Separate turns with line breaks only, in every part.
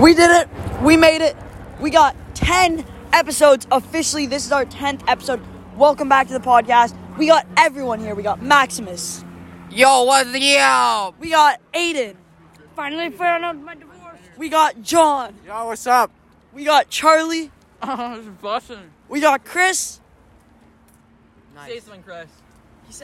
We did it. We made it. We got 10 episodes officially. This is our 10th episode. Welcome back to the podcast. We got everyone here. We got Maximus.
Yo, what's up?
We got Aiden.
Finally found out my divorce.
We got John.
Yo, what's up?
We got Charlie.
I was busting.
We got Chris.
Say something, Chris.
He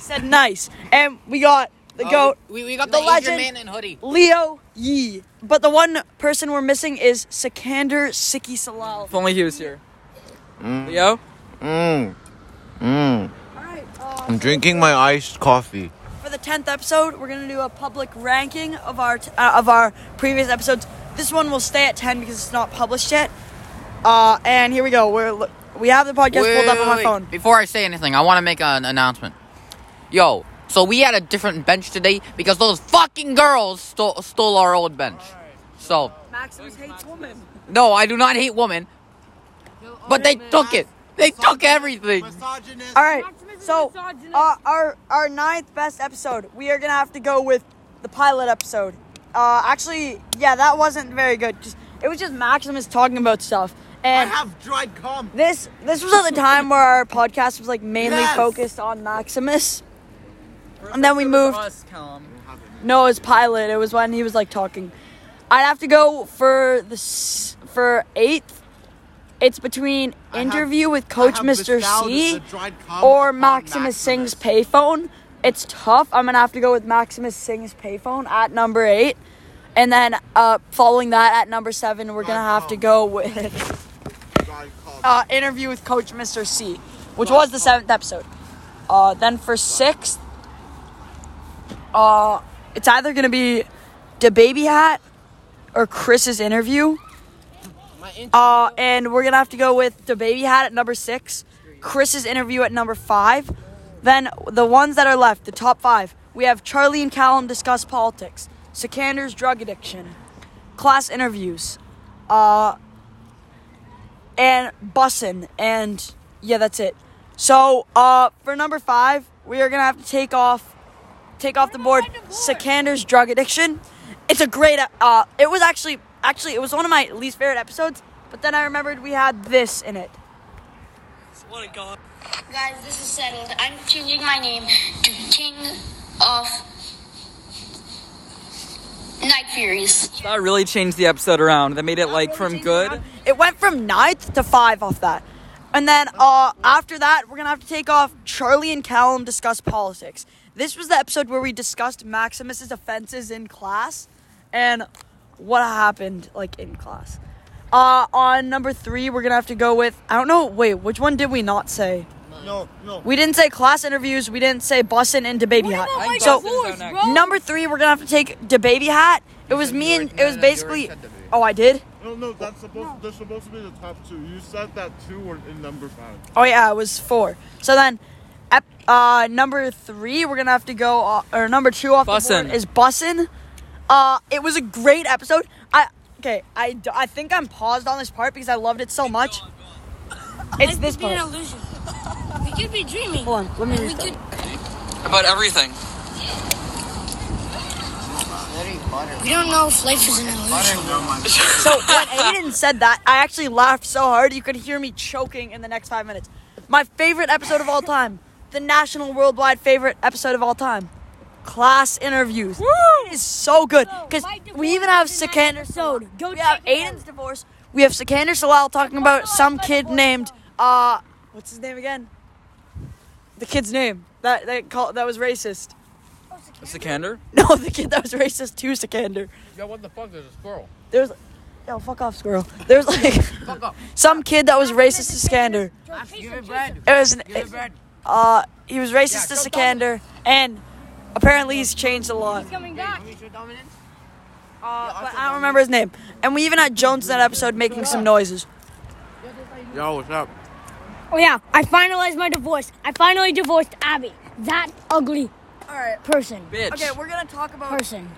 said nice. And we got
Oh.
the goat,
We, we got
The
the,
legend.
legend man in hoodie.
Leo Yee. But the one person we're missing is Sikander Siki Salal.
If only he was here. Leo?
Mmm. Mmm.
All right. uh,
I'm drinking my iced coffee.
for the tenth episode, we're gonna do a public ranking of our t- uh, of our previous episodes. This one will stay at ten because it's not published yet. Uh, and here we go. We're lo- we have the podcast pulled up on my phone.
Before I say anything, I want to make an announcement. Yo, so we had a different bench today because those fucking girls stole, stole our old bench. So,
Maximus hates women.
no, I do not hate women, but they took it. They took everything.
Misogynist.
All right.
Maximus is
So
misogynist.
uh, our our ninth best episode, we are gonna have to go with the pilot episode. Uh, actually, yeah, that wasn't very good. Just, it was just Maximus talking about stuff. And
dried cum.
this this was at the time where our podcast was like mainly
Yes.
focused on Maximus. And then we moved.
Us, Callum.
No, it was pilot. It was when he was like talking. I'd have to go for the s- for eighth. It's between
I have-
interview with Coach
I have
Mr.
bestowed
C
the dried cum
or
upon
Um, Maximus Singh's payphone. It's tough. I'm gonna have to go with Maximus Singh's payphone at number eight, and then uh, following that at number seven, we're gonna have to go with
Dried cum.
um, uh, interview with Coach Mr. C, which was the seventh episode. Uh, then for sixth, uh, it's either gonna be the baby hat or Chris's interview. Uh, and we're gonna have to go with the baby hat at number six, Chris's interview at number five. Then the ones that are left, the top five, we have Charlie and Callum discuss politics, Sikander's drug addiction, class interviews, uh, and bussin and yeah that's it so uh for number five we are gonna have to take off take off the board Sikander's drug addiction it's a great uh it was actually actually it was one of my least favorite episodes but then i remembered we had this in it
Guys, this is settled. I'm changing my name to King of Night Furies.
That really changed the episode around. That made it like from good.
Um, it went from ninth to five off that and then uh after that we're gonna have to take off charlie and callum discuss politics this was the episode where we discussed maximus's offenses in class and what happened like in class uh on number three we're gonna have to go with i don't know wait which one did we not say
No, no.
we didn't say class interviews we didn't say bussin and baby hat
I think
so
Boston's our next.
number three we're gonna have to take the baby hat it was me
you
and
already-
it was
no, no, you already
basically
said DeBaby.
oh i did
No, no, that's supposed. They're supposed to be the top two. You said that two were in number five.
Oh yeah, it was four. So then, ep- uh, number three, we're gonna have to go, uh, or number two off the
Bussin'.
board is bussin. Uh, it was a great episode. I okay, I, d- I think I'm paused on this part because I loved it so much. It's this
be an
part.
illusion. We could be dreaming.
Hold on, let me
We
restart.
could
About everything.
we don't know if life is an illusion.
So when Aiden said that, I actually laughed so hard you could hear me choking in the next five minutes. My favorite episode of all time, the national worldwide favorite episode of all time, class interviews. It is so good because we even have Sikander.
episode. Go
we have Aiden's divorce. We have Sikander Salal talking about some kid named uh, what's his name again? The kid's name that that call that was racist.
Sikander?
No, the kid that was racist to Sikander.
Yo, what the fuck? There's a squirrel.
There's, yo, fuck off, squirrel. There's like
off.
some kid that was racist to Sikander.
Give it bread.
It was an,
Give it bread.
uh, he was racist to
Yeah, go
Sikander, and apparently he's changed a lot.
coming back.
Uh, but I don't remember his name. And we even had Jones in that episode making some noises.
Yo, what's up?
Oh yeah, I finalized my divorce. I finally divorced Abby, that ugly
All right.
person.
Bitch.
Okay, we're gonna talk about
Person.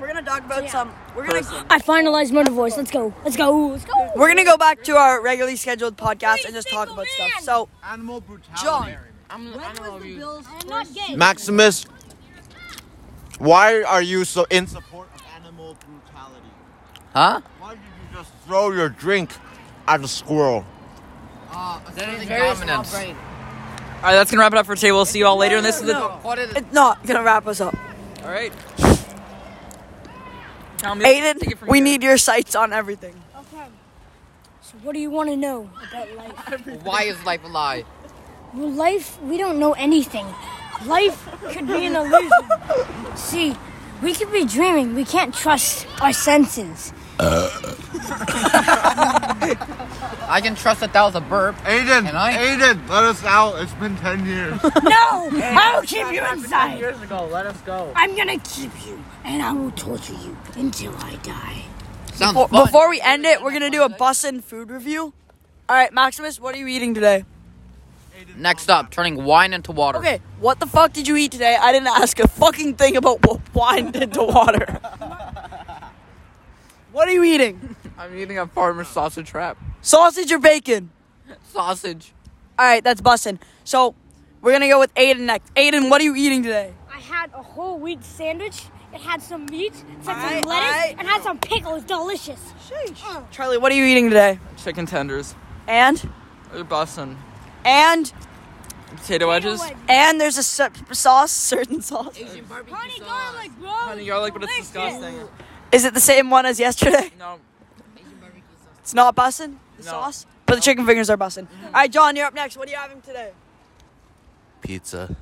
we're gonna talk about
Yeah.
some we're gonna
I finalized my divorce. Let's go. Let's go. Let's go.
we're gonna go back to our regularly scheduled podcast and just talk about stuff. So
Animal brutality.
John,
I'm,
when was the Bills?
I'm not gay.
Maximus, why are you so in support of animal squirrel brutality?
Huh?
Why did you just throw your drink at a squirrel?
That is dominance.
All right, that's gonna wrap it up for today. We'll see you all later. And this is the.
No,
What is
it's not gonna wrap us up.
All right. Tommy, take it
Aiden,
from
we
here.
need your sights on everything.
Okay. So what do you want to know about life?
Why is life a lie?
Well, life, we don't know anything. Life could be an illusion. See, we could be dreaming. We can't trust our senses.
I can trust that that was a burp.
Aiden,
Can I?
Aiden, let us out. It's been 10 years.
No! I'll keep you inside!
Years ago, let us go.
I'm gonna keep you, and I will torture you until I die.
Sounds
Before,
fun.
before we end it, we're gonna do a bussin' food review. All right, Maximus, what are you eating today?
Next up, turning wine into water.
Okay, what the fuck did you eat today? I didn't ask a fucking thing about what wine did to water. what are you eating?
I'm eating a farmer's sausage wrap.
Sausage or bacon?
Sausage.
All right, that's bussin'. So we're gonna go with Aiden next. Aiden, what are you eating today?
I had a whole wheat sandwich. It had some meat, it had
I-
some lettuce,
I-
and had some pickles. Delicious.
Oh. Charlie, what are you eating today?
Chicken tenders.
And
They're bussin'.
and
Potato wedges.
and there's a sa- sauce, certain sauce.
Honey garlic, bro.
Honey garlic, but it's disgusting.
Is it the same one as yesterday?
No.
It's not bussin', the
No.
sauce, but the chicken fingers are bussin'. All right, John, you're up next. What are you having today?
Pizza.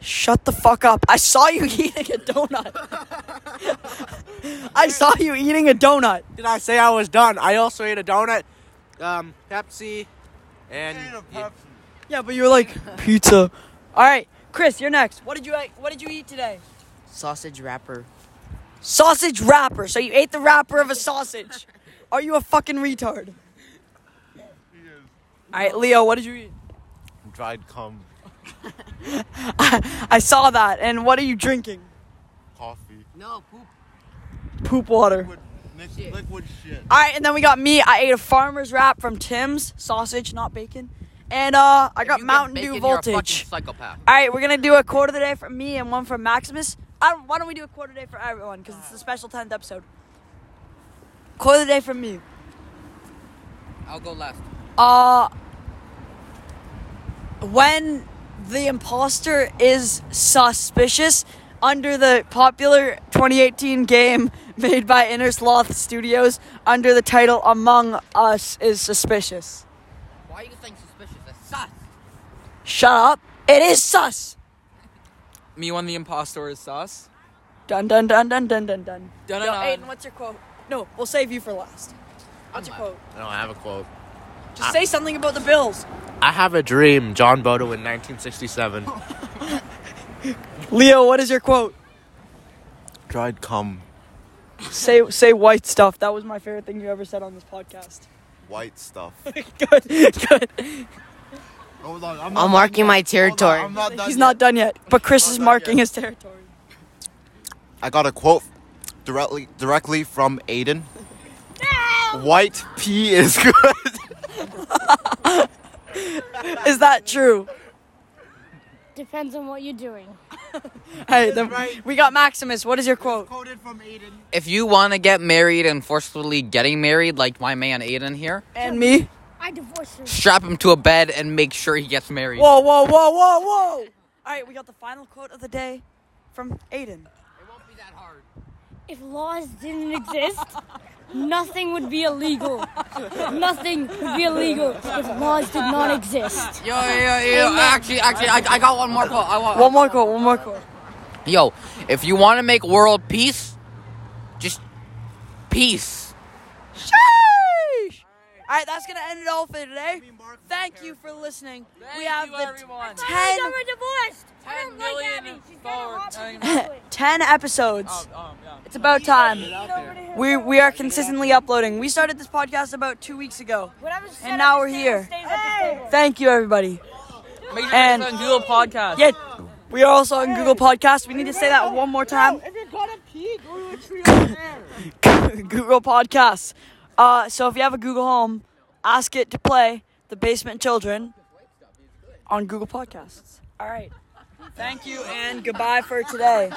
Shut the fuck up. I saw you eating a donut. I saw you eating a donut.
Did I say I was done? I also ate a donut, um, Pepsi, and
Yeah, but you were like pizza. All right, Chris, you're next. What did you like, what did you eat today?
sausage wrapper.
Sausage wrapper. So you ate the wrapper of a sausage. Are you a fucking retard? All right, Leo, what did you eat?
Dried cum.
I saw that. And what are you drinking?
Coffee.
No poop.
Poop water.
Liquid, mixed liquid shit.
All right, and then we got me. I ate a farmer's wrap from Tim's, sausage, not bacon. And uh, I got
You get
Mountain
bacon,
Dew
you're a fucking
Voltage.
psychopath.
All right, we're gonna do a quarter of the day for me and one for Maximus. I don't, why don't we do a quarter of the day for everyone? Because it's a special tenth episode. Quarter of the day for me.
I'll go last.
Uh, when the imposter is suspicious under the popular 2018 game made by Inner Sloth Studios under the title Among Us is Suspicious.
Why are you saying suspicious? That's sus.
Shut up. It is sus.
Me won the impostor is sauce.
Dun dun dun dun dun dun dun.
Dun,
Yo,
dun, dun.
Aiden, what's your quote? No, we'll save you for last. What's your quote?
I don't have a quote.
Just say something about the Bills.
I have a dream. John Bodo in 1967.
Leo, what is your quote?
Dried cum.
Say say white stuff. That was my favorite thing you ever said on this podcast.
White stuff.
good, good.
Hold on, I'm,
I'm marking my territory.
I'm not done
He's
yet.
not done yet, but Chris is
Not done
marking
yet.
his territory.
I got a quote directly directly from Aiden. White pea is good.
Is that true?
Depends on what you're doing.
Hey, then we got Maximus. What is your quote?
Quoted from Aiden.
If you want to get married and forcefully getting married, like my man Aiden here,
And me?
I divorced her.
strap him to a bed and make sure he gets married.
Whoa, whoa, whoa, whoa, whoa! All right, we got the final quote of the day from Aiden.
If laws didn't exist, nothing would be illegal. Nothing would be illegal if laws did not exist.
Yo, yo, yo, actually, actually, I, I got one more quote. I want
One more quote. One more quote.
Yo, if you want to make world peace, just peace.
Sheesh! All right, that's gonna end it all for today. Thank you for listening. we have
you,
the
everyone.
I
10,
was ever divorced. I
10
don't like
million
Abby. She's got a
forward.
hot
I mean,
potato.
10 episodes.
um, um, yeah.
It's about time.
Over to her.
We we are consistently uploading. We started this podcast about two weeks ago.
Whatever she said
And
at
now
the
we're
table
here.
stays at the table.
Thank you, everybody.
Make sure
And-
and Google Podcast.
Yeah, we are also on Google Podcasts. We need to say that one more time.
if you're gonna pee, go to a tree over there.
Google Podcasts. Uh, so if you have a Google Home, ask it to play The Basement Children on Google Podcasts. All right. Thank you and goodbye for today.